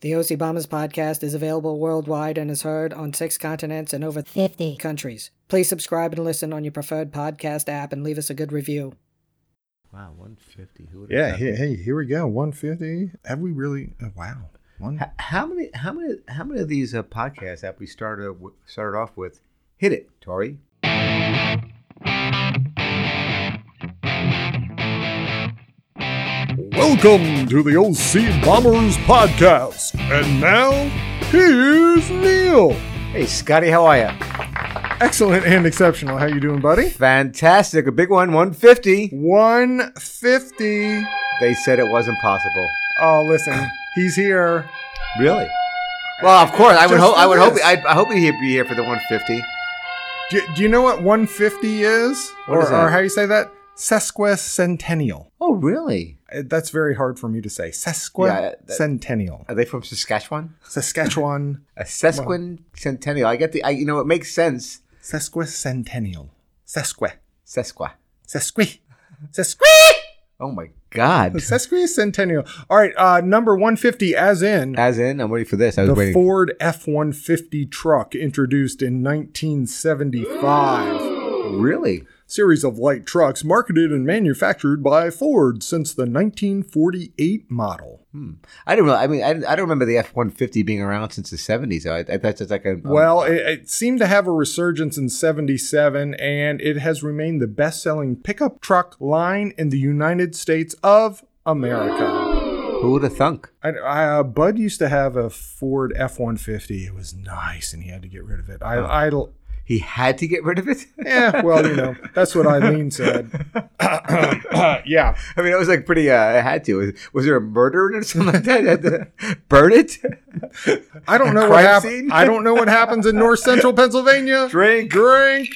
The OC Bombers podcast is available worldwide and is heard on six continents and over 50. countries. Please subscribe and listen on your preferred podcast app and leave us a good review. Wow, 150. Who would Yeah. Hey, hey, here we go. 150. Have we really? oh, wow. One. How, how many? How many? How many of these uh, podcasts have we started w- started off with? Hit it, Tori. Welcome to the OC Bombers podcast. And now, here's Neil. Hey, Scotty, how are you? Excellent and exceptional. How you doing, buddy? Fantastic. A big one, 150. 150. They said it wasn't possible. Oh, listen, he's here. Really? Well, of course. I would Just hope. I would for hope. this. I, I hope he'd be here for the 150. Do, do you know what 150 is? What or, is that? or how you say that? Sesquicentennial. Oh, really? Uh, That's very hard for me to say. Sesquicentennial. Are they from Saskatchewan? Saskatchewan. A sesquicentennial. I get the. I, you know, it makes sense. Sesquicentennial. Sesqui. Sesqua. Sesqui. Sesqui. Oh my God. Sesquicentennial. All right, uh, number 150, as in As in, I'm waiting for this. I was the waiting. Ford F 150 truck introduced in 1975. Really? Series of light trucks marketed and manufactured by Ford since the 1948 model. I don't know. I mean, I, I don't remember the F one fifty being around since the seventies. I, I that's just like a Well, it, it seemed to have a resurgence in 77, and it has remained the best selling pickup truck line in the United States of America. who would have thunk? I, I, uh, Bud used to have a Ford F 150. It was nice, and he had to get rid of it. I, idle. He had to get rid of it. Yeah, well, you know, that's what Eileen said. yeah. I mean, it was like pretty. Uh, I had to. Was, was there a murder in it or something like that? I had to burn it. I don't know what Crime happens. scene? I don't know what happens in north central Pennsylvania. Drink. Drink.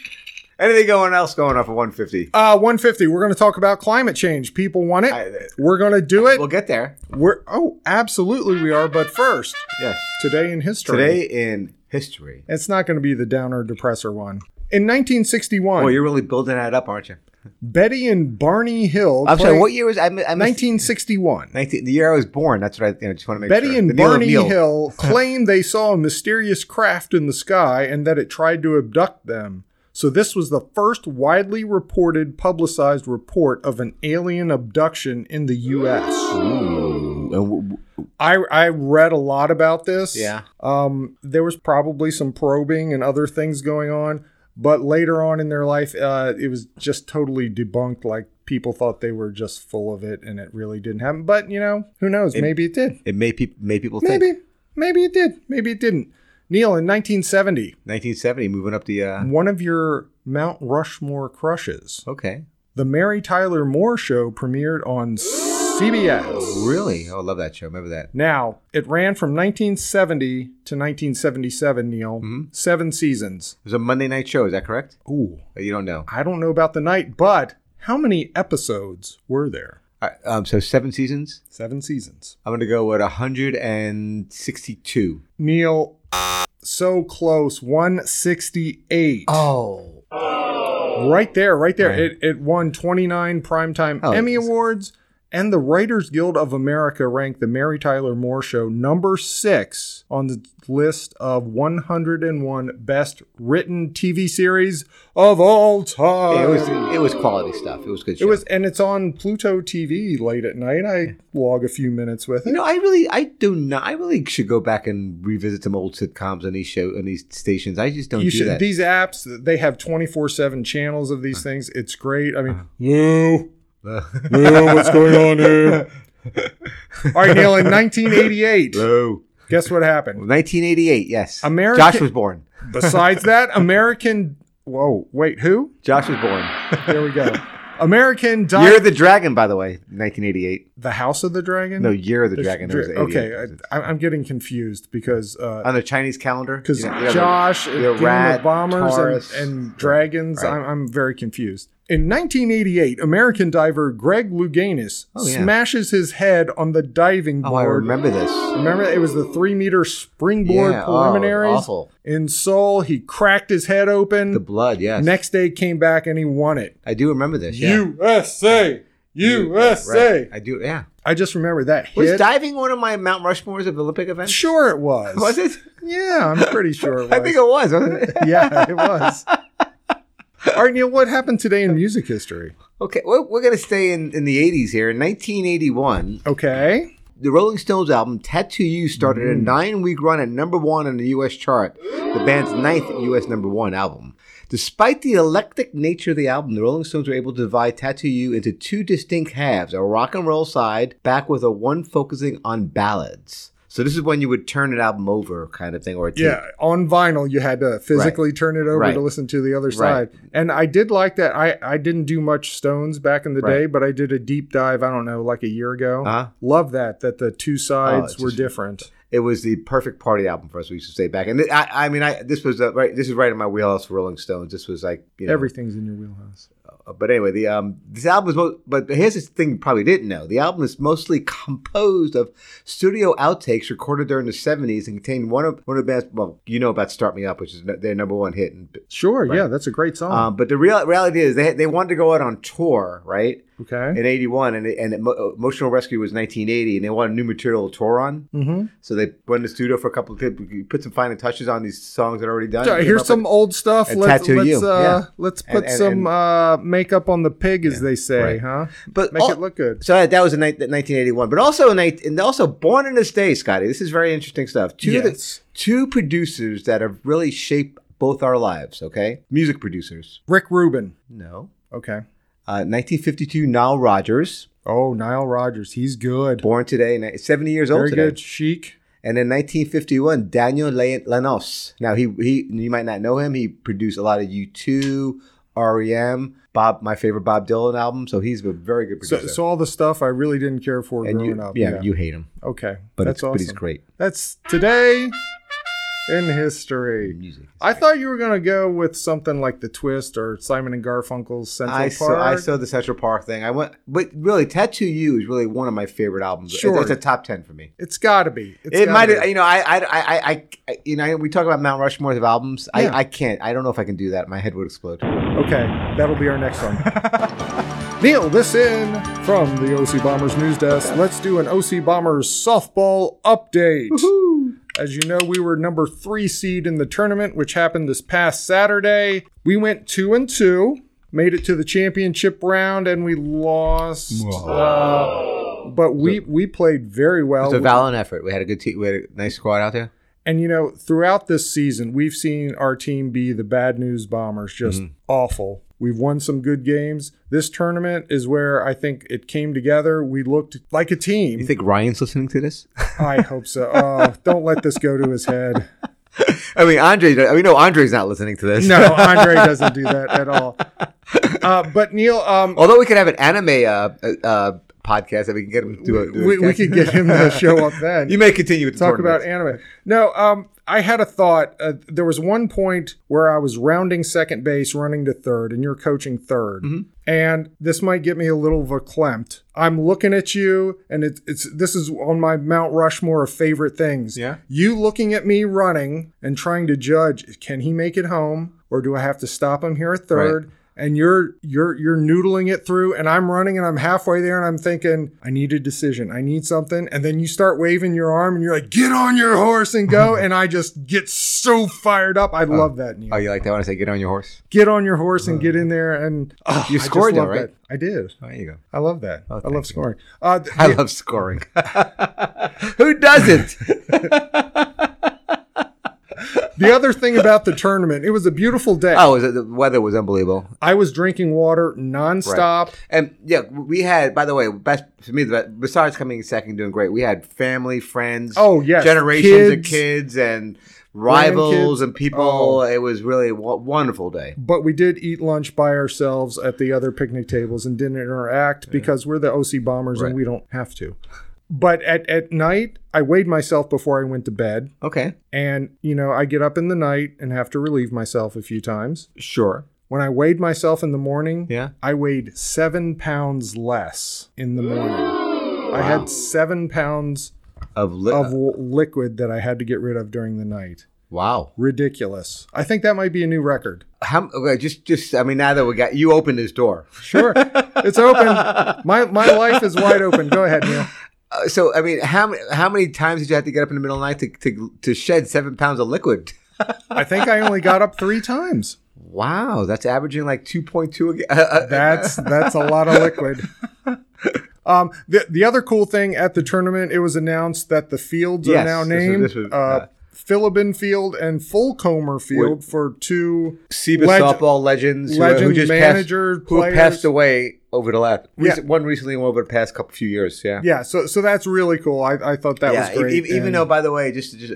Anything going else going off at one fifty? Uh, 150. We're going to talk about climate change. People want it. I- We're going to do it. We'll get there. We're oh, absolutely we are. But first, Yes. today in history. Today in history. it's not going to be the downer depressor one. In 1961, Well, you're really building that up, aren't you? Betty and Barney Hill. I'm sorry. played- What year was I? I missed- 1961. 19 the year I was born. That's what I, you know, just want to make Betty sure. The and Neil Barney O'Neill. Hill claimed they saw a mysterious craft in the sky and that it tried to abduct them. So this was the first widely reported publicized report of an alien abduction in the US. Ooh. Uh, w- w- I I read a lot about this. Yeah. Um there was probably some probing and other things going on, but later on in their life uh it was just totally debunked like people thought they were just full of it and it really didn't happen. But, you know, who knows? Maybe it did. It made people made people think. Maybe. Maybe it did. Maybe it didn't. Neil, in 1970, 1970, moving up the. Uh, one of your Mount Rushmore crushes, okay. The Mary Tyler Moore Show, premiered on CBS. Really? Oh, I love that show. Remember that? Now, it ran from 1970 to 1977, Neil. Mm-hmm. Seven seasons. It was a Monday night show. Is that correct? Ooh. Uh, You don't know. I don't know about the night, but how many episodes were there? All right, um, so seven seasons. Seven seasons. I'm going to go with 162. Neil, so close. 168. Oh. Right there, right there. Right. It, it won 29 Primetime Oh, Emmy it's- Awards, and the Writers Guild of America ranked the Mary Tyler Moore Show number six on the list of 101 best written TV series of all time. it was it was quality stuff. It was good. Show. Oh. It was- and it's on Pluto TV late at night. I log a few minutes with it. You know, I really, I do not. I really should go back and revisit some old sitcoms on these show on these stations. I just don't you do should that. these apps they have 24-7 channels of these things it's great i mean woo woo what's going on here all right neil in 1988 Hello. guess what happened 1988. Yes. American- Josh was born. besides that american whoa wait who Josh was born. there we go american di- Year of the Dragon, by the way, 1988. the house of the dragon No, Year of the There's- Dragon. There was dra- 88. okay I, i'm getting confused because uh on the Chinese calendar because You know- you know, Josh and Game rat, of Bombers Taurus. and, and Dragons, Right. I'm, I'm very confused. In 1988, American diver Greg Louganis Oh, yeah. smashes his head on the diving Oh, I board. remember this. Remember, it was the three meter springboard Yeah, oh, preliminaries. awful. In Seoul, he cracked his head open. The blood, yes. Next day, came back and he won it. I do remember this. Yeah. USA! USA. Right. I do. Yeah. I just remember that Was hit. diving one of my Mount Rushmores of Olympic events? sure, it was. Was it? Yeah, I'm pretty sure it was. I think it was. Wasn't it? yeah, it was. All right, Neil, what happened today in music history? okay. We're, we're gonna stay in, in the '80s here. In 1981, Okay. the Rolling Stones album "Tattoo You" started a nine-week run at number one on the U.S. chart, the band's ninth U.S. number one album. Despite the eclectic nature of the album, the Rolling Stones were able to divide "Tattoo You" into two distinct halves: a rock and roll side, back with a one focusing on ballads. So this is when you would turn an album over, kind of thing, or a tape. Yeah, on vinyl, you had to physically turn it over Right. to listen to the other Right. side. And I did like that. I, I didn't do much Stones back in the Right. day, but I did a deep dive, I don't know, like a year ago. Uh-huh. Oh, Love that, that the two sides it's were just- different. it was the perfect party album for us. We used to stay back, and I, I mean, I this was uh right. This is right in my wheelhouse for Rolling Stones. This was like you know, Everything's in your wheelhouse. But anyway, the um, this album is. Mo- but here's the thing you probably didn't know: the album is mostly composed of studio outtakes recorded during the '70s and contained one of one of the best. Well, you know about "Start Me Up," which is their number one hit, and Sure, yeah, that's a great song. um, but the real reality is they they wanted to go out on tour, right? okay. In '81, and it, and Emo- Emotional Rescue was 1980, and they wanted new material to tour on. hmm So they went in the studio for a couple of clips, put some final touches on these songs that are already done. So Came here's up some with- old stuff. and Let's, Tattoo let's, You, uh, yeah. let's And- put and- and- some uh, makeup on the pig, as they say, right. Oh. huh? but Make al- it look good. So that that was in ni- 1981, but also in ni- and also born in this day, Scotty. This is very interesting stuff. Two of the- Yes. two producers that have really shaped both our lives. Okay, music producers. Rick Rubin. No. Okay. Uh, 1952, Nile Rodgers, Oh, Nile Rodgers. He's good. born today, ni- 70 years old Very today. good. Chic. And in 1951, Daniel Le- Lanos. Now he he you might not know him. He produced a lot of U2, REM, E Bob my favorite Bob Dylan album. So he's a very good So, producer. so all the stuff I really didn't care for and growing you, up. yeah, you hate him, okay. but That's it's awesome. but he's great. That's today in history. Music. I thought you were gonna go with something like the Twist or Simon and Garfunkel's Central I Park. saw I saw the Central Park thing. I went, but really, Tattoo You is really one of my favorite albums. It's- Sure. it's a top ten for me. It's gotta be. It's it gotta might, be. you know, I, I, I, I, I, you know, we talk about Mount Rushmore of albums. Yeah. Oh, I, I can't. I don't know if I can do that. My head would explode. Okay, that'll be our next one. Neil, this in from the OC Bombers news desk. Let's do an OC Bombers softball update. As you know, we were number three seed in the tournament, which happened this past Saturday. We went two and two, made it to the championship round, and we lost. Uh, but we we played very well. It's a valiant effort. We had a good team. We had a nice squad out there. And you know, throughout this season, we've seen our team be the bad news bombers, just Mm-hmm. awful. We've won some good games. This tournament is where I think it came together. We looked like a team. You think Ryan's listening to this? I hope so. Oh, don't let this go to his head. I mean, Andre. I mean, no, Andre's not listening to this. No, Andre doesn't do that at all. Uh, but Neil, um, Although we could have an anime uh, uh, podcast that we can get him to do. a, do a we, we cast. could get him to show up then. Oh, you may continue with the talk tournament. about anime. No, um, I had a thought. Uh, there was one point where I was rounding second base, running to third, and you're coaching 3rd Mm-hmm. And this might get me a little verklempt. I'm looking at you, and it's it's this is on my Mount Rushmore of favorite things. Yeah. you looking at me running and trying to judge: can he make it home, or do I have to stop him here at third? And you're you're you're noodling it through, and I'm running, and I'm halfway there, and I'm thinking, I need a decision, I need something, and then you start waving your arm, and you're like, get on your horse and go, and I just get so fired up. I love that. Neil. Oh, you like that one? I say, get on your horse. Get on your horse and get in there, and oh, You I just scored though, love right? that. I did. Oh, there you go. I love that. I thank you. love scoring. Uh, th- I love scoring. Who doesn't? the other thing about the tournament, it was a beautiful day. oh, was it, the weather was unbelievable. I was drinking water nonstop. And yeah, we had. By the way, best for me. The best, besides coming in second, doing great. We had family, friends. Oh, yes. generations of Kids. kids and rivals Grandkids. and people. Oh. It was really a wo- wonderful day. But we did eat lunch by ourselves at the other picnic tables and didn't interact because we're the OC bombers Right. and we don't have to. But at, at night, I weighed myself before I went to bed. Okay, And, you know, I get up in the night and have to relieve myself a few times. sure. When I weighed myself in the morning, Yeah. I weighed seven pounds less in the morning. I had seven pounds Of, li- uh, of w- liquid that I had to get rid of during the night. Wow. Ridiculous. I think that might be a new record. How, okay, just, just, I mean, now that we got, you opened this door. Sure. it's open. My my life is wide open. Go ahead, Neil. Uh, so, I mean, how, ma- how many times did you have to get up in the middle of the night to, to, to shed seven pounds of liquid? I think I only got up three times. Wow, that's averaging like 2.2 a g- uh, uh, That's that's a lot of liquid. Um, the the other cool thing at the tournament, it was announced that the fields Yes, are now this was- named this was, uh, uh, Philibin Field and Fulcomer Field for two Seba leg- softball legends who, who legend just manager passed, who players. passed away over the last Yeah. recent- one recently and one over the past couple few years. Yeah, Yeah, so so that's really cool. I, I thought that was e- great. e- even and- though, by the way, just just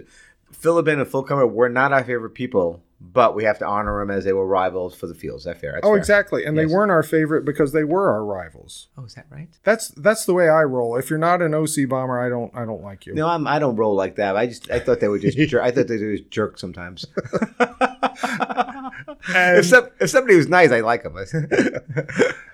Philibin and Fulcomer were not our favorite people, but we have to honor them as they were rivals for the fields. Is that fair? That's oh, fair. exactly, and Yes. they weren't our favorite because they were our rivals. Oh, is that right? That's that's the way I roll. If you're not an OC bomber, I don't I don't like you. No, I'm, I don't roll like that. I just I thought they were just jer- I thought they were just jerk sometimes. if, some, if somebody was nice, I like them.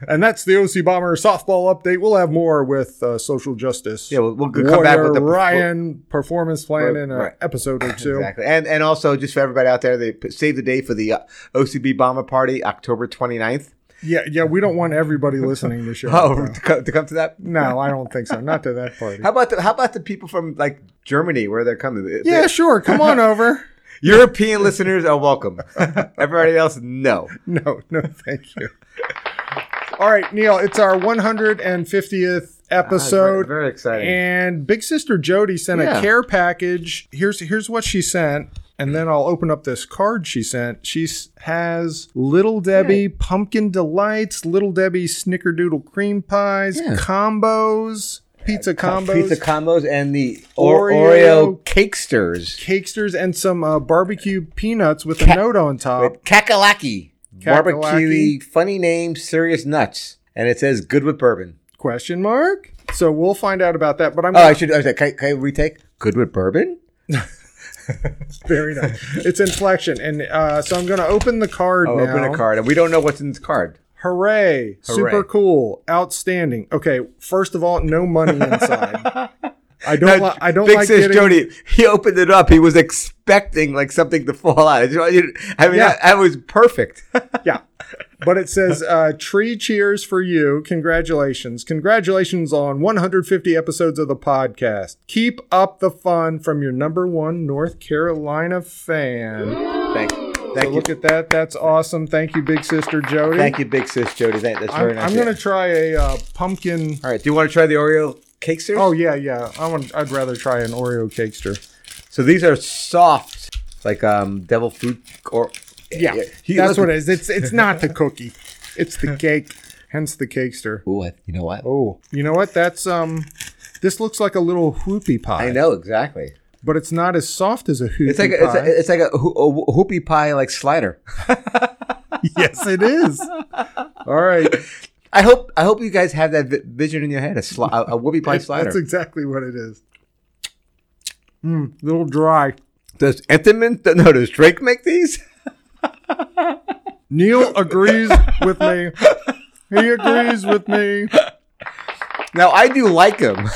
And that's the OC bomber softball update. We'll have more with uh, social justice. yeah, we'll, we'll come back with Warrior the Ryan performance plan Right, in an right. episode or two. Exactly. And and also just for everybody out there, they p- save the date for the uh, OCB bomber party October 29th. Yeah, yeah. We don't want everybody listening to show. up, Oh, though. to come, to come to that. no, I don't think so. Not to that party. How about the how about the people from like Germany where they're coming? The- yeah, the sure. Come on over. European listeners are welcome. Everybody else, no. No, no, thank you. All right, Neil, it's our 150th Ah, very, episode. very exciting. And Big Sister Jody sent Yeah. a care package. Here's here's what she sent, and then I'll open up this card she sent. She s- has Little Debbie pumpkin delights, Little Debbie snickerdoodle cream pies, Yeah. combos, pizza combos, Pizza combos and the or- Oreo, Oreo- cakesters. cakesters, and some uh, barbecue peanuts with Ca- a note on top. With Kakalaki. Kakalaki. Barbecue, funny name, serious nuts. And it says good with bourbon. Question mark. So we'll find out about that. But I'm Oh, gonna- I should. I should- can, I- can I retake? Good with bourbon? Very nice. It's inflection. And uh, so I'm going to open the card Oh, now. open a card, and we don't know what's in this card. Hooray. Super Hooray. cool. Outstanding. Okay. First of all, no money inside. I don't, li- I don't Big like sis getting, Jody. He opened it up. He was expecting like something to fall out. I just want you to- I mean, Yeah. that, that was perfect. Yeah. But it says, uh, tree cheers for you. Congratulations. Congratulations on 150 episodes of the podcast. Keep up the fun from your number one North Carolina fan. Thank, thank So you. look at that. That's awesome. Thank you, big sister Jody. Thank you, big sis Jody. That, that's very I'm, nice. I'm going to try a uh, pumpkin All right. Do you want to try the Oreo cake series? Oh yeah, yeah. I want. I'd rather try an Oreo cakester. so these are soft, like um, devil food or. He that's looked- what it is. It's it's not the cookie, it's the cake. Hence the cakester. Ooh, I- you know what? Oh, you know what? That's um, this looks like a little whoopie pie. I know exactly. but it's not as soft as a whoopie It's like a, it's, pie. a, it's like a, hoo- a whoopie pie like slider. yes, it is. All right, I hope I hope you guys have that vi- vision in your head a, sli- a, a whoopie pie slider. that's exactly what it is. Mm, little dry. Does Entenmann, th- no, does Drake make these? Neil agrees with me. He agrees with me. Now, I do like them,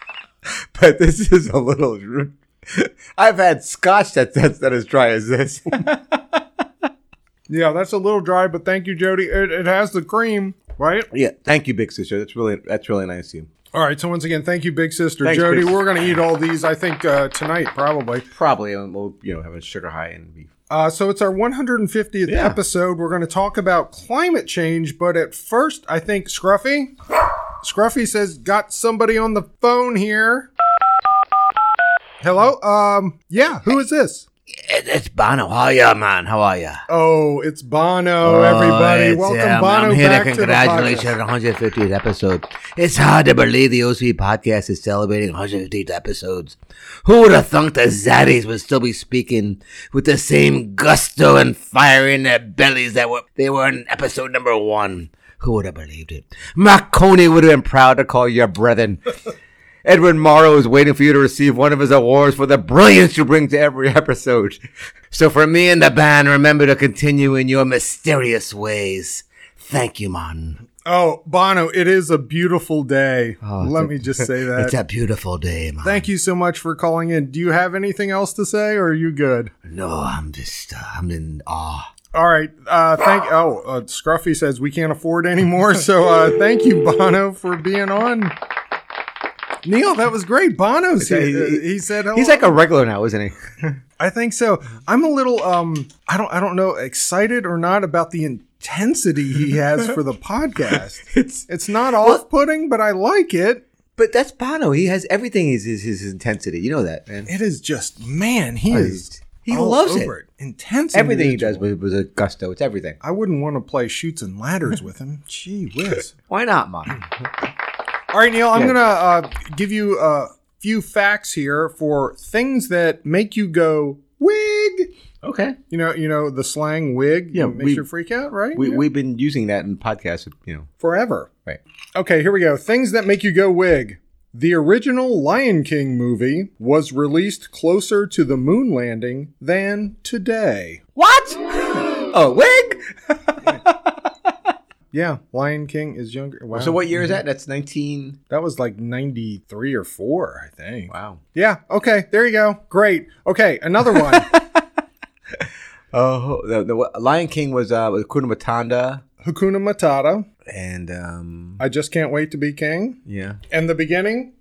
but this is a little. dr- I've had scotch that, that's not as dry as this. Yeah, that's a little dry, but thank you, Jody. It, it has the cream, right? yeah, thank you, Big Sister. That's really that's really nice of you. All right. So once again, thank you, Big Sister Thanks, Jody. Big Sis- We're gonna eat all these, I think, uh, tonight probably. Probably, um, we'll you know have a sugar high and be. Uh, so it's our 150th Yeah. episode. We're gonna talk about climate change, but at first, I think Scruffy, Scruffy says, got somebody on the phone here. Hello. Um. Yeah. Who is this? It's Bono. How ya, man? How are ya? Oh, it's Bono. everybody, welcome Bono back to, the congratulate you podcast. on 150th episode. It's hard to believe the OC podcast is celebrating 150th episodes. Who would have thunk the Zaddies would still be speaking with the same gusto and fire in their bellies that were they were in episode number one? Who would have believed it? Marconi would have been proud to call your brethren. Edwin Morrow is waiting for you to receive one of his awards for the brilliance you bring to every episode. So for me and the band, remember to continue in your mysterious ways. Thank you, man. Oh, Bono, it is a beautiful day. Oh, Let it's a- me just say It's that. a beautiful day, man. Thank you so much for calling in. Do you have anything else to say, or are you good? No, I'm just, uh, I'm in awe. All right. Uh, thank. Oh, uh, Scruffy says we can't afford any more. So uh, thank you, Bono, for being on. Neil, that was great. Bono's here. Uh, He, said hello. He's like a regular now, isn't he? I think so. I'm a little um I don't I don't know excited or not about the intensity he has for the podcast. It's- it's not off-putting, but I like it. But that's Bono. He has everything. Is his, his intensity? You know that, man. It is just man, he is He all loves it. over Intense Everything he individual. does with, with a gusto. It's everything. I wouldn't want to play shoots and ladders with him. Gee whiz. Why not, man? All right, Neil, I'm Yeah. going to uh, give you a few facts here for things that make you go wig. Okay. You know, you know the slang wig Yeah, makes we- you freak out, right? We Yeah. we've been using that in podcasts. You know. forever. Right. Okay, here we go. Things that make you go wig. The original Lion King movie was released closer to the moon landing than today. What? oh, wig. Yeah, Lion King is younger. Wow. So what year is that? That's nineteen. That was like 93 or 4, I think. Wow. Yeah, okay, there you go. Great. Okay, another one. Oh, the, the Lion King was uh, with Matanda, Hakuna Matata. and um, I just can't wait to be king. yeah. And the beginning.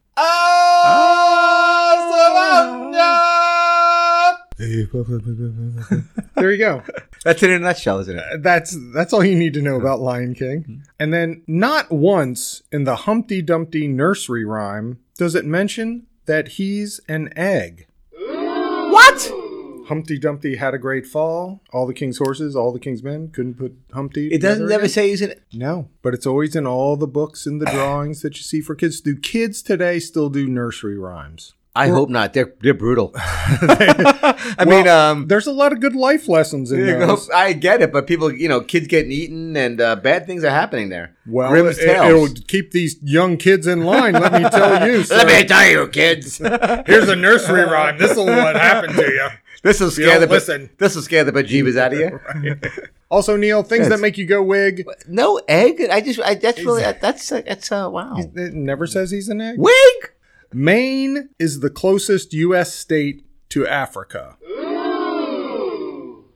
There you go. That's it in a nutshell, isn't it? that's that's all you need to know about Lion King. And then not once in the Humpty Dumpty nursery rhyme does it mention that he's an egg. What? Humpty Dumpty had a great fall. All the king's horses, all the king's men couldn't put Humpty. It doesn't together never again. say he's an. No, but it's always in all the books and the drawings that you see for kids. Do kids today still do nursery rhymes? I hope not. They're they're brutal. I mean, um, There's a lot of good life lessons in you those. know, I get it, but people, you know, kids getting eaten and uh, bad things are happening there. Well, Grimm's it, tales. will keep these young kids in line. Let me tell you. sir. Let me tell you, kids. Here's a nursery rhyme. This will what happened to you. This will scare don't the listen. This will scare the bejeebus out of you. Also, Neil, things Yes. that make you go wig. No egg. I just. I, that's really. That's. That's. Uh, wow. It never says he's an egg. Wig. Maine is the closest U.S. state to Africa.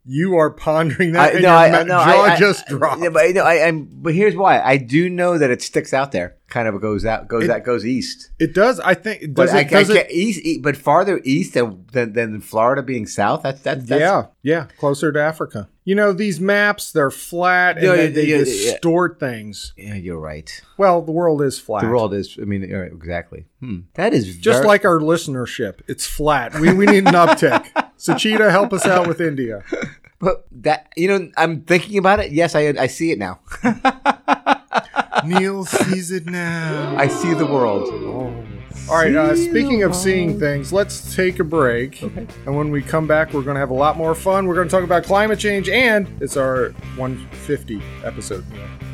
You are pondering that, I- and no, your I, ma- I- no, jaw I, I- just I- dropped. Yeah, but, I know, I, I'm, but here's why. I do know that it sticks out there. Kind of goes out. Goes It- out. Goes east. it does. I think. But Does I, it? does I it- can't, east, e but farther east than, than than Florida being south. That's that's, that's yeah, yeah, closer to Africa. You know these maps—they're flat and Yeah, they, yeah, they yeah, yeah, yeah. distort things. yeah. You're right. Well, the world is flat. The world is. I mean, you're right, exactly. Hmm. That is Just ver- like our listenership, it's flat. We, we need an uptick. Sachita, help us out with India. But that you know, I'm thinking about it. Yes, I I see it now. Neil sees it now. I see the world. Oh. All right, uh, speaking of seeing things, let's take a break. And when we come back, we're going to have a lot more fun. We're going to talk about climate change, and it's our 150 episode.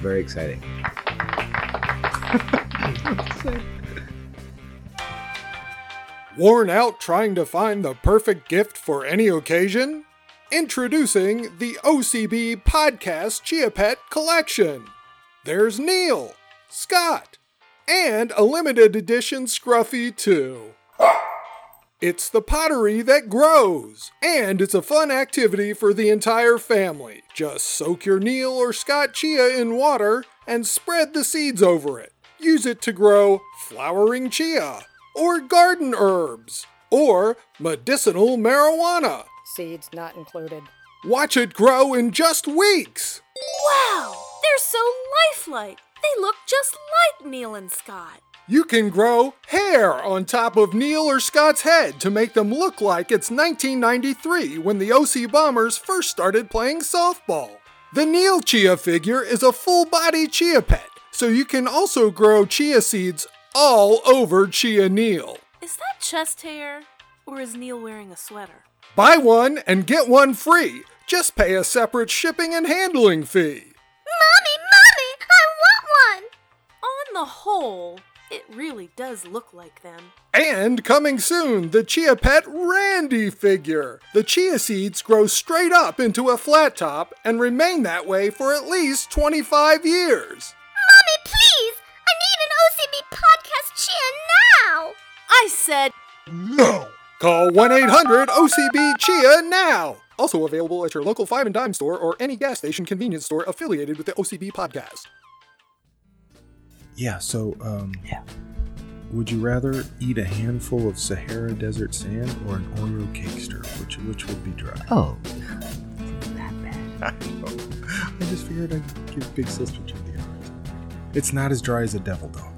Very exciting. Worn out trying to find the perfect gift for any occasion? Introducing the OCB Podcast Chia Pet Collection. There's Neil, Scott, and a limited edition Scruffy too. It's the pottery that grows, and it's a fun activity for the entire family. Just soak your Neil or Scott chia in water and spread the seeds over it. Use it to grow flowering chia, or garden herbs, or medicinal marijuana. Seeds not included. Watch it grow in just weeks. Wow! They're so lifelike! They look just like Neil and Scott. You can grow hair on top of Neil or Scott's head to make them look like it's 1993 when the OC Bombers first started playing softball. The Neil Chia figure is a full body chia pet, so you can also grow chia seeds all over Chia Neil. Is that chest hair? Or is Neil wearing a sweater? Buy one and get one free. Just pay a separate shipping and handling fee. Mommy, Mommy! I want one! On the whole, it really does look like them. And coming soon, the Chia Pet Randy figure. The chia seeds grow straight up into a flat top and remain that way for at least 25 years. Mommy, I said, No! Call 1 800 OCB CHIA now! Also available at your local 5 and dime store or any gas station convenience store affiliated with the OCB podcast. Yeah, so, um. Yeah. Would you rather eat a handful of Sahara Desert sand or an Oreo cake stir? Which, which would be dry? Oh. I know. I just figured I'd give Big Sister to the odds. It's not as dry as a devil dog.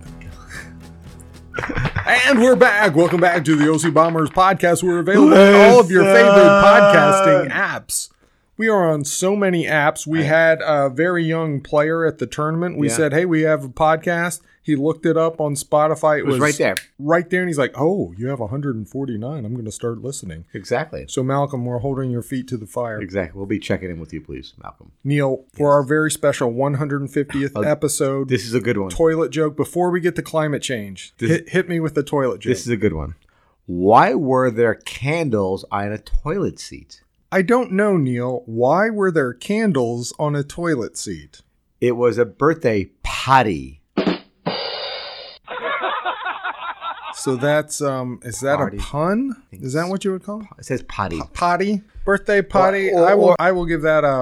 and we're back. Welcome back to the OC Bombers podcast. We're available on all of your favorite podcasting apps. We are on so many apps. We had a very young player at the tournament. We Yeah. said, "Hey, we have a podcast." He looked it up on Spotify. It, It was right there. right there, and he's like, "Oh, you have 149. I'm going to start listening." Exactly. So, Malcolm, we're holding your feet to the fire. Exactly. We'll be checking in with you, please, Malcolm. Neil, for our very special 150th Oh, episode This is a good one. toilet joke, before we get to climate change, This- hit, hit me with the toilet joke. This is a good one. Why were there candles on a toilet seat? I don't know, Neil. Why were there candles on a toilet seat? It was a birthday potty. So that's um, is that Party. a pun? Is that what you would call it? It says potty. potty? Birthday potty? or- I will. or- I will give that a.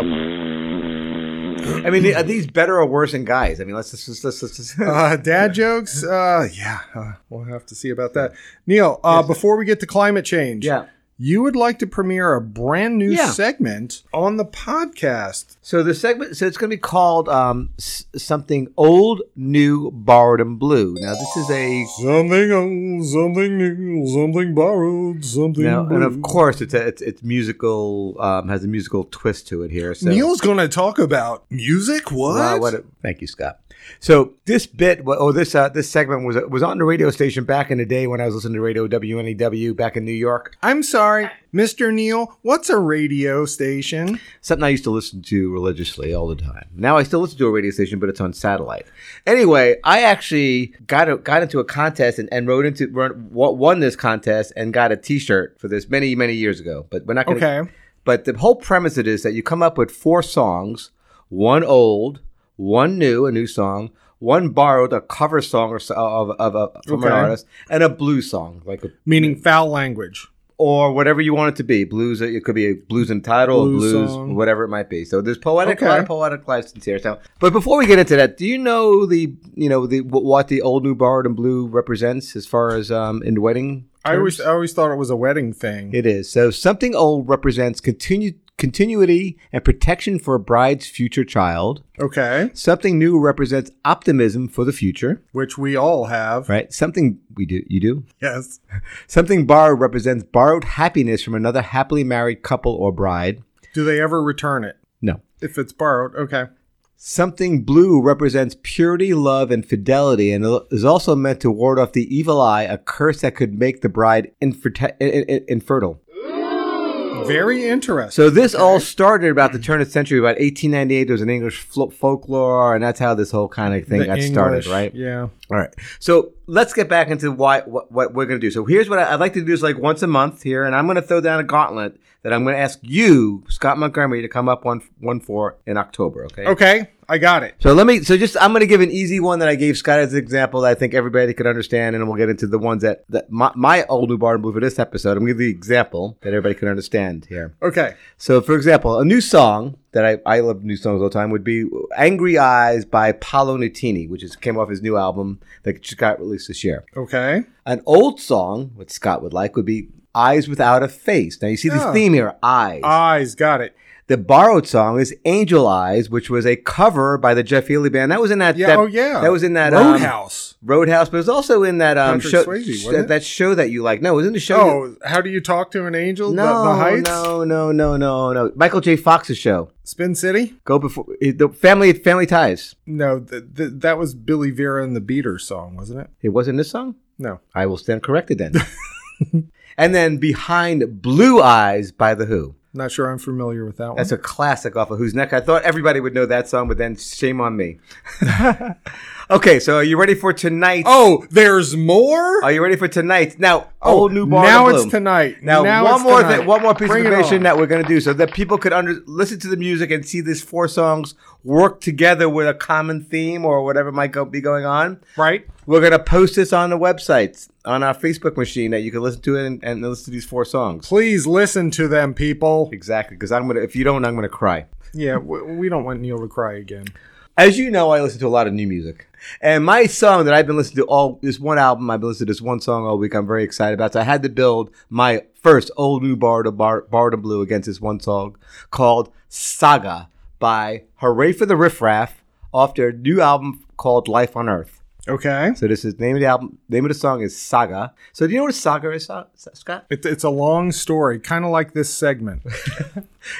I mean, are these better or worse than guys? I mean, let's just let's, let's, let's, Uh, dad jokes? Uh, yeah, uh, we'll have to see about that. Neil, uh, before we get to climate change, yeah. you would like to premiere a brand new Yeah. segment on the podcast. So the segment, so it's going to be called um, s- something old, new, borrowed, and blue. Now this is a Something old, something new, something borrowed, something. now, and of blue. course it's a, it's, it's musical um, has a musical twist to it here. So Neil's going to talk about music. What? Wow, what a- thank you, Scott. So this bit, wa- oh, this uh, this segment was was on the radio station back in the day when I was listening to radio WNEW back in New York. I'm sorry, Mr. Neil. What's a radio station? something I used to listen to religiously all the time. Now I still listen to a radio station, but it's on satellite. Anyway, I actually got a, got into a contest and, and wrote into run, wa- won this contest and got a T-shirt for this many many years ago. But we're not going. Okay. But the whole premise of it is that you come up with four songs, one old, one new, a new song. One borrowed a cover song or so of, of, of from an Okay. artist and a blues song, like a Meaning foul language. or whatever you want it to be. Blues, it could be a blues in title, Blues blues, blues song. whatever it might be. So there's poetic, Okay. a lot of poetic license here. So, but before we get into that, do you know the, you know the wh- what the old new borrowed and blue represents as far as um in wedding? I always, terms? I always thought it was a wedding thing. it is. So something old represents continued continuity and protection for a bride's future child. okay. Something new represents optimism for the future. Which we all have. Right. Something we do. You do. Yes. Something borrowed represents borrowed happiness from another happily married couple or bride. Do they ever return it No. if it's borrowed? Okay. Something blue represents purity, love, and fidelity, and is also meant to ward off the evil eye, a curse that could make the bride inferti- i- i- i- infertile. Very interesting. So this all started about Mm. the turn of the century, about 1898. There was an English flo- folklore, and that's how this whole kind of thing The got started, English, right? Yeah. All right. So let's get back into why what, what we're going to do. So here's what I, I'd like to do is like once a month here, and I'm going to throw down a gauntlet that I'm going to ask you, Scott Montgomery, to come up one one for in October. Okay. Okay. I got it. So let me. So just I'm going to give an easy one that I gave Scott as an example that I think everybody could understand, and we'll get into the ones that that my, my old new barn blue for this episode. I'm going to give the example that everybody can understand here. Okay. So for example, a new song that I I love new songs all the time would be "Angry Eyes" by Paolo Nutini, which is came off his new album that just got released this year. Okay. An old song, which Scott would like, would be "Eyes Without a Face." Now you see Yeah. Uh, the theme here, eyes. Eyes. Got it. The borrowed song is "Angel Eyes," which was a cover by the Jeff Healey band. That was in that. Yeah. that- oh, yeah. That was in that um, Roadhouse. Roadhouse, but it was also in that um Patrick show. Swayze, sh- wasn't it? that show that you like. No, it was in the show. you- oh, how do you talk to an angel? no, the, the Heights? no, no, no, no, no. Michael J. Fox's show. Spin City? Go before it- the family. Family ties. No, th- th- that was Billy Vera and the Beaters song, wasn't it? It wasn't this song. No. I will stand corrected then. and then behind Blue Eyes by the Who. Not sure I'm familiar with that one. That's a classic off of Who's Neck. I thought everybody would know that song, but then shame on me. Okay, so are you ready for tonight? Oh, there's more. Are you ready for tonight? Now, Oh, old new bar. now in it's Bloom. tonight. Now, Now one it's more tonight. thing, one more piece Bring it of on. information that we're going to do, so that people could under listen to the music and see these four songs work together with a common theme or whatever might go, be going on. Right. We're going to post this on the website on our Facebook machine that you can listen to it and, and listen to these four songs. Please listen to them, people. Exactly, because I'm gonna. If you don't, I'm gonna cry. Yeah, we, we don't want Neil to cry again. As you know, I listen to a lot of new music. And my song that I've been listening to all this one album, I've been listening to this one song all week. I'm very excited about. So I had to build my first old new bar to bar, bar to blue against this one song called Saga by Hooray for the Riff Raff off their new album called Life on Earth. Okay. So this is name of the album. Name of the song is Saga. So do you know what a saga is, Sa- Sa- Scott? It's it's a long story, kind of like this segment.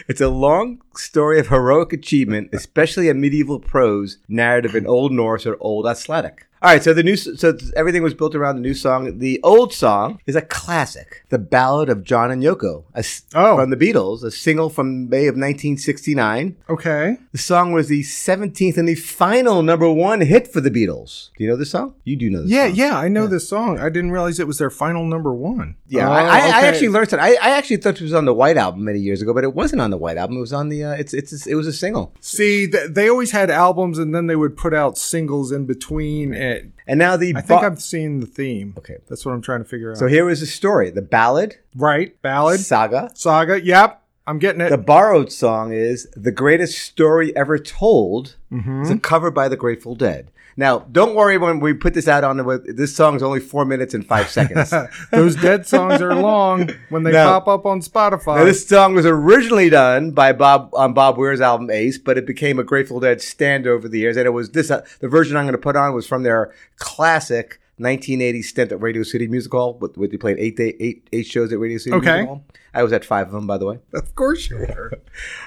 It's a long story of heroic achievement, especially in medieval prose narrative in Old Norse or Old Icelandic. All right, so the new so everything was built around the new song. The old song is a classic, the Ballad of John and Yoko, a s Oh. from the Beatles, a single from May of 1969. Okay. The song was the 17th and the final number one hit for the Beatles. Do you know this song? You do know this Yeah, song. yeah, I know this song. I didn't realize it was their final number one. Yeah, Oh, I, I, I okay. actually learned that. I, I actually thought it was on the White Album many years ago, but it wasn't on the White Album. It was on the. Uh, it's it's it was a single. see th- they always had albums, and then they would put out singles in between. It. And now the I think ba- I've seen the theme. Okay. that's what I'm trying to figure out. So here is the story: the ballad, right, ballad, saga. saga. Yep, I'm getting it. The borrowed song is the greatest story ever told. Mm-hmm. It's a cover by the Grateful Dead. Now, don't worry when we put this out on the web. This song's only four minutes and five seconds. now, Those dead songs are long when they No. pop up on Spotify. this song was originally done by Bob on Bob Weir's album Ace, but it became a Grateful Dead stand over the years. And it was this uh, the version I'm going to put on was from their classic 1980 stint at Radio City Music Hall, with, with they played eight, day, eight eight shows at Radio City Okay. Music Hall. I was at five of them, by the way. of course you are.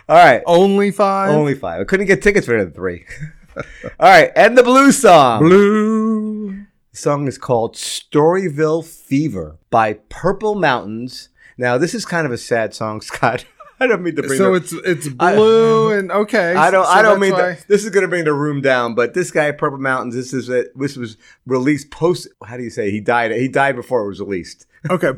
All right. Only five. Only five. I couldn't get tickets for the other three. All right, and the blue song. blue. The song is called Storyville Fever by Purple Mountains. Now, this is kind of a sad song, Scott. I don't mean to bring. So the- it's it's blue and okay. I don't. so I don't that's mean why- that. This is going to bring the room down. But this guy, Purple Mountains. This is a, this was released post. How do you say he died? He died before it was released. Okay,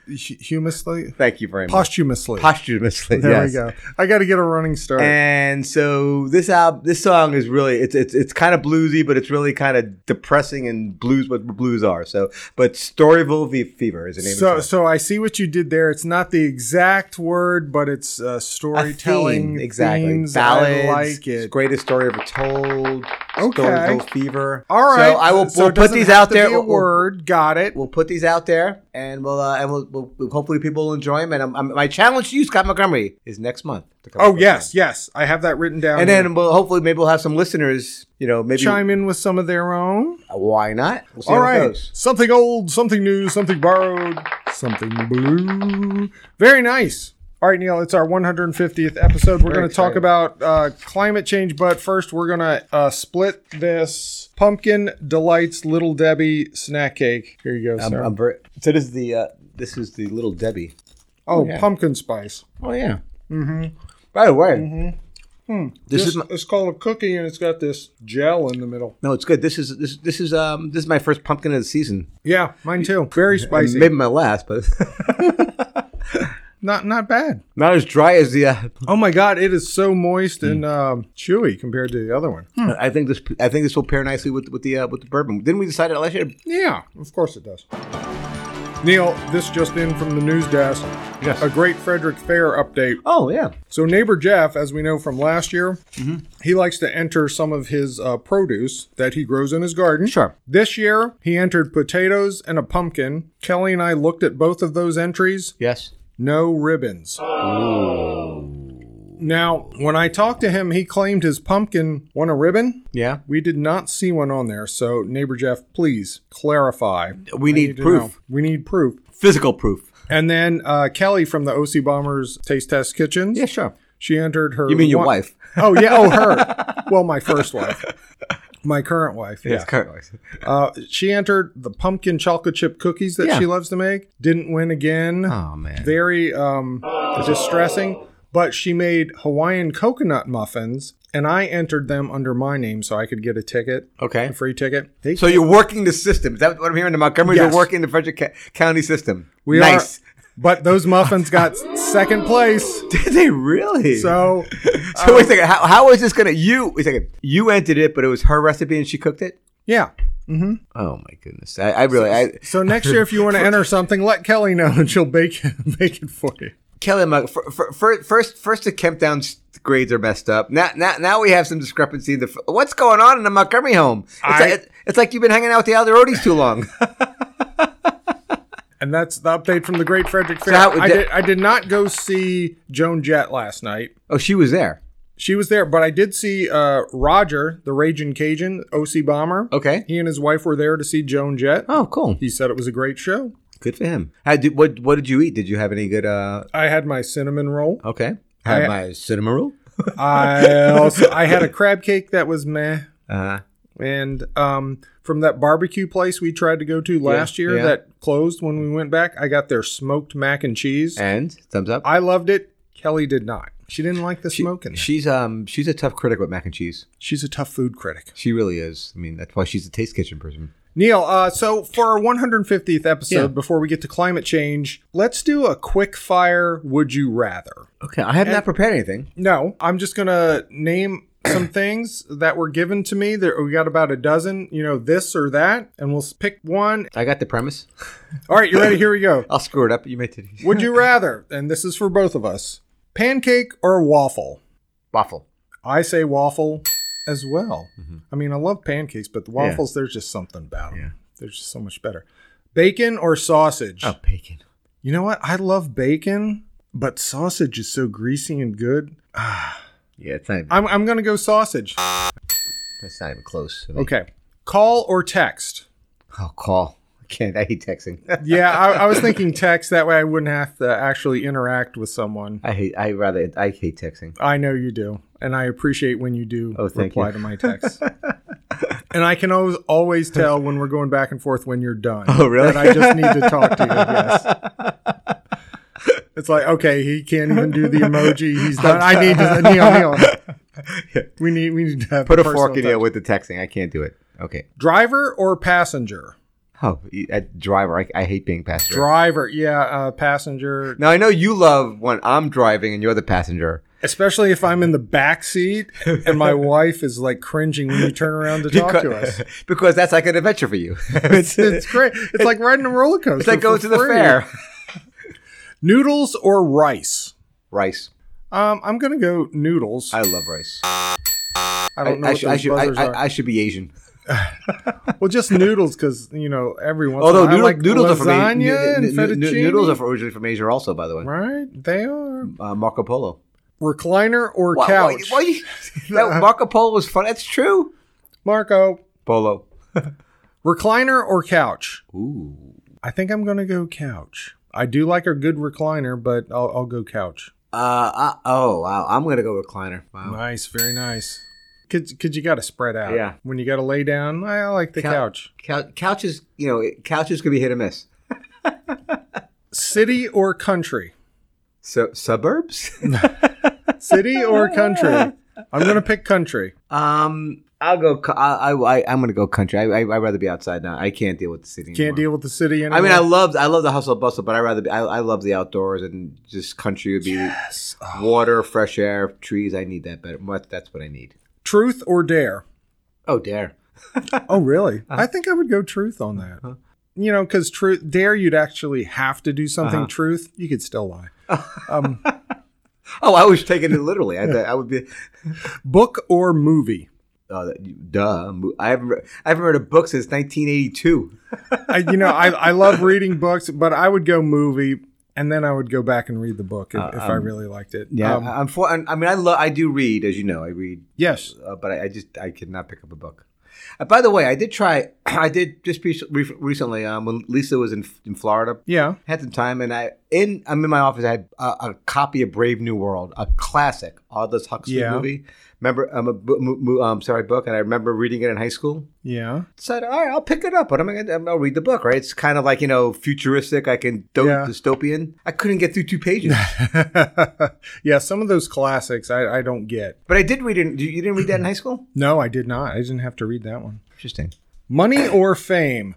posthumously, Thank you very much. posthumously. Posthumously. there yes. we go. I got to get a running start. And so this album, this song is really it's it's it's kind of bluesy, but it's really kind of depressing and blues what blues are. So, but Storyville Ve- Fever is the name. so, of the song. so I see what you did there. It's not the exact word, but it's uh, A theme, storytelling. exactly. themes. Ballads, I like it. Greatest story ever told. Okay. Storyville Fever. All right. So I will so we'll it put doesn't these have out to there. Be a We'll- we'll- word. Got it. We'll put these out there, and we'll uh, and we'll, we'll, we'll- hopefully people will enjoy them. And um, um, my challenge to you, Scott Montgomery, is next month. to come up Oh with yes, one. yes. I have that written down. and here. then we'll hopefully maybe we'll have some listeners. You know, maybe chime in with some of their own. Uh, Why not? We'll see All how it right. goes. Something old, something new, something borrowed, something blue. Very nice. All right, Neil, it's our 150th episode. We're going to talk exciting. about uh, climate change, but first we're going to uh, split this Pumpkin Delights Little Debbie snack cake. Here you go, I'm, sir. I'm very. So this is the uh, this is the little Debbie. oh, yeah. pumpkin spice. Oh yeah. Mm-hmm. By the way, hmm, this This, is my, it's called a cookie and it's got this gel in the middle. no, it's good. This is this this is um this is my first pumpkin of the season. Yeah, mine too. Very spicy. Maybe my last, but Not not bad. not as dry as the. Uh, Oh my god, it is so moist and Mm. um, chewy compared to the other one. I think this I think this will pair nicely with with the uh, with the bourbon. Didn't we decide it last year? Yeah, of course it does. Neil, this just in from the news desk. Yes. A great Frederick Fair update. Oh yeah. So, neighbor Jeff, as we know from last year, Mm-hmm. he likes to enter some of his uh, produce that he grows in his garden. Sure. This year, he entered potatoes and a pumpkin. Kelly and I looked at both of those entries. Yes. No ribbons. Now, when I talked to him, he claimed his pumpkin won a ribbon. Yeah. We did not see one on there, so neighbor Jeff, please clarify. We I need to proof. know. We need proof. Physical proof. And then uh, Kelly from the OC Bombers Taste Test Kitchens. Yeah, sure. She entered her. You mean your one- wife? Oh yeah. Oh her. well, my first wife. My current wife. Yeah. correct. Uh, she entered the pumpkin chocolate chip cookies that Yeah. she loves to make. Didn't win again. Oh man. Very um, distressing. But she made Hawaiian coconut muffins, and I entered them under my name so I could get a ticket, Okay. a free ticket. They So you're working the system. Is that what I'm hearing? The Montgomerys Yes. are working the Frederick Ca- County system. We nice. are, but those muffins got second place. Did they really? So um, so wait a second. How, how is this gonna? You wait a second. You entered it, but it was her recipe and she cooked it. yeah. Oh my goodness! I, I really, I, So next year, if you want to enter something, let Kelly know and she'll bake bake it for you. Kelly, my for, for, for, first first the Kemp Downs grades are messed up. Now now now we have some discrepancy. In the what's going on in the Montgomery home? It's, I- like, it's like you've been hanging out with the Alderodes too long. And that's the update from the Great Frederick Fair. how- I, did, I did not go see Joan Jett last night. oh, she was there. She was there, but I did see uh, Roger, the Raging Cajun, OC Bomber. Okay. He and his wife were there to see Joan Jett. Oh, cool. He said it was a great show. Good for him. How did, what what did you eat? Did you have any good? uh I had my cinnamon roll. Okay. Had I- my cinnamon roll. I also I had a crab cake that was meh. Uh, And um, from that barbecue place we tried to go to last year yeah. that closed when we went back, I got their smoked mac and cheese. and thumbs up. I loved it. Kelly did not. She didn't like the smoke in it. She's um she's a tough critic with mac and cheese. She's a tough food critic. She really is. I mean, that's why she's a taste kitchen person. Neil, uh, so for our 150th episode, Yeah. before we get to climate change, let's do a quick fire would you rather. Okay, I have not prepared anything. No, I'm just going to name some things that were given to me. There, we got about a dozen, you know, this or that, and we'll s- pick one. I got the premise. All right, you ready? Here we go. I'll screw it up. You may take Would you rather, and this is for both of us, pancake or waffle? waffle. I say waffle as well. I mean, I love pancakes, but the waffles, there's just something about them. Mm-hmm. Yeah. They're just so much better. Bacon or sausage? Oh, bacon. You know what? I love bacon, but sausage is so greasy and good. Yeah, it's not. Even, I'm, I'm going to go sausage. it's not even close. Okay. Call or text? I'll call. I can't. I hate texting. Yeah, I, I was thinking text. That way I wouldn't have to actually interact with someone. I hate. I rather. I hate texting. I know you do, and I appreciate when you do Oh, thank reply you. to my texts. and I can always always tell when we're going back and forth when you're done. Oh, really? That I just need to talk to you. Yes. It's like okay, he can't even do the emoji. He's done. I need to Neil, Neil. We need we need to have Put a personal fork in you touch. with the texting. I can't do it. Okay. Driver or passenger? Oh, you- a driver. I, I hate being passenger. Driver, yeah, uh, passenger. now I know you love when I'm driving and you're the passenger. Especially if I'm in the back seat and my wife is like cringing when you turn around to talk to us. because that's like an adventure for you. It's, it's great. It's like riding a roller coaster. It's like for going to the free. fair. Noodles or rice? Rice. Um, I'm gonna go noodles. I, I love rice. don't know I, what should, those I, should, buzzers I, are. I, I should be Asian. well, just noodles because you know everyone. Although I noodle, like noodles are from lasagna Asia. and fettuccine. noodles are originally from Asia, also, by the way. right. They are Uh, Marco Polo. recliner or Why- why- couch. why you- that Marco Polo was fun. That's true. Marco, Polo. recliner or couch? Ooh. I think I'm gonna go couch. I do like a good recliner, but I'll, I'll go couch. Uh, uh, oh, wow. I'm going to go recliner. Wow. Nice, very nice. Cause, 'cause you got to spread out. Yeah. When you got to lay down, I like the Cou- couch. Cou- couches, you know, it- couches could be hit or miss. City or country? So suburbs? City or country? I'm gonna pick country. um, I'll go. cou- I, I, I, am going to go country. I, I, I'd rather be outside now. I can't deal with the city. Can't anymore. deal with the city anymore. I mean, I love I love the hustle and bustle, but I rather be, I, I love the outdoors and just country would be Oh. water, fresh air, trees. I need that better. What that's what I need. truth or dare. Oh, dare. Oh, really? I think I would go truth on that. Uh-huh. You know, because truth, dare, you'd actually have to do something. Uh-huh. Truth, you could still lie. Um, Oh, I was taking it literally. I thought I would be. book or movie? Oh, that- duh. Mo- I haven't re- I haven't read a book since 1982. I, you know, I, I love reading books, but I would go movie, and then I would go back and read the book if, Uh, if I really liked it. Um, I, am for. I mean, I love. I do read, as you know. I read, yes. uh, but I, I just I could not pick up a book. Uh, by the way, I did try. I did just re- re- recently um, when Lisa was in in Florida. Yeah. had some time and i in i'm in my office i had a, a copy of brave new world a classic a Aldous Huxley Yeah. movie. Remember, um, a bu- mu- mu- um, sorry, book, and I remember reading it in high school. Yeah. Said, all right, I'll pick it up, but I'm gonna, I'll read the book. Right? It's kind of like you know, futuristic. I can do- Yeah. dystopian. I couldn't get through two pages, yeah, some of those classics I, I don't get. but I did read it. You you didn't read that in high school? No, I did not. I didn't have to read that one. Interesting. Money or fame?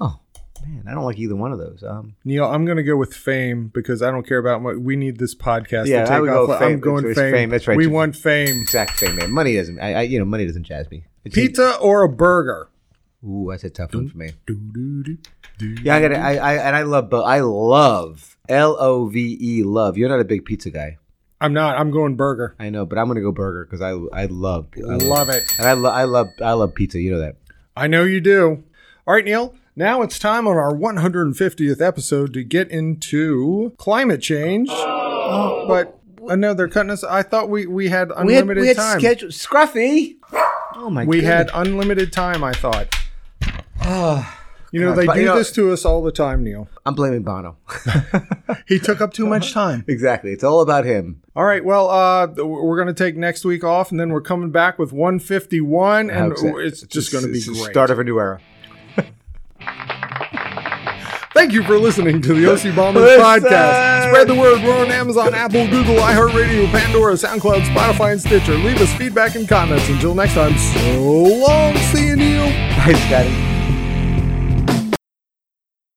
Oh man, I don't like either one of those. Um, Neil, I'm going to go with fame because I don't care about what we need this podcast Yeah, to I take would go off. with I'm fame. going It's- it's fame. fame. That's right. We You- want fame. exact same man. Money doesn't. I, I you know, money doesn't jazz me. It's- Pizza or a burger? Ooh, that's a tough one for me. Mm-hmm. Yeah, I got it. I, I and I love, but I love L O V E love. You're not a big pizza guy, I'm not. I'm going burger. I know, but I'm gonna go burger because I I love I love, Love it. and I, lo- I love I love pizza. You know that. I know you do. All right, Neil. Now it's time on our 150th episode to get into climate change. but I know they're cutting us. I thought we, we had we had unlimited we had time. schedule Scruffy. Oh my! we had goodness. unlimited time. I thought. you know Ah, God. they But, do you know- this to us all the time, Neil. I'm blaming Bono. He took up too much time. exactly. It's all about him. All right. Well, uh, th- we're going to take next week off, and then we're coming back with 151, How and exciting. it's just going to be it's the great. Start of a new era. Thank you for listening to the OC Bombers Listen. podcast. Spread the word. We're on Amazon, Apple, Google, iHeartRadio, Pandora, SoundCloud, Spotify, and Stitcher. Leave us feedback and comments. Until next time, so long. See you, Neil. Bye, Scotty.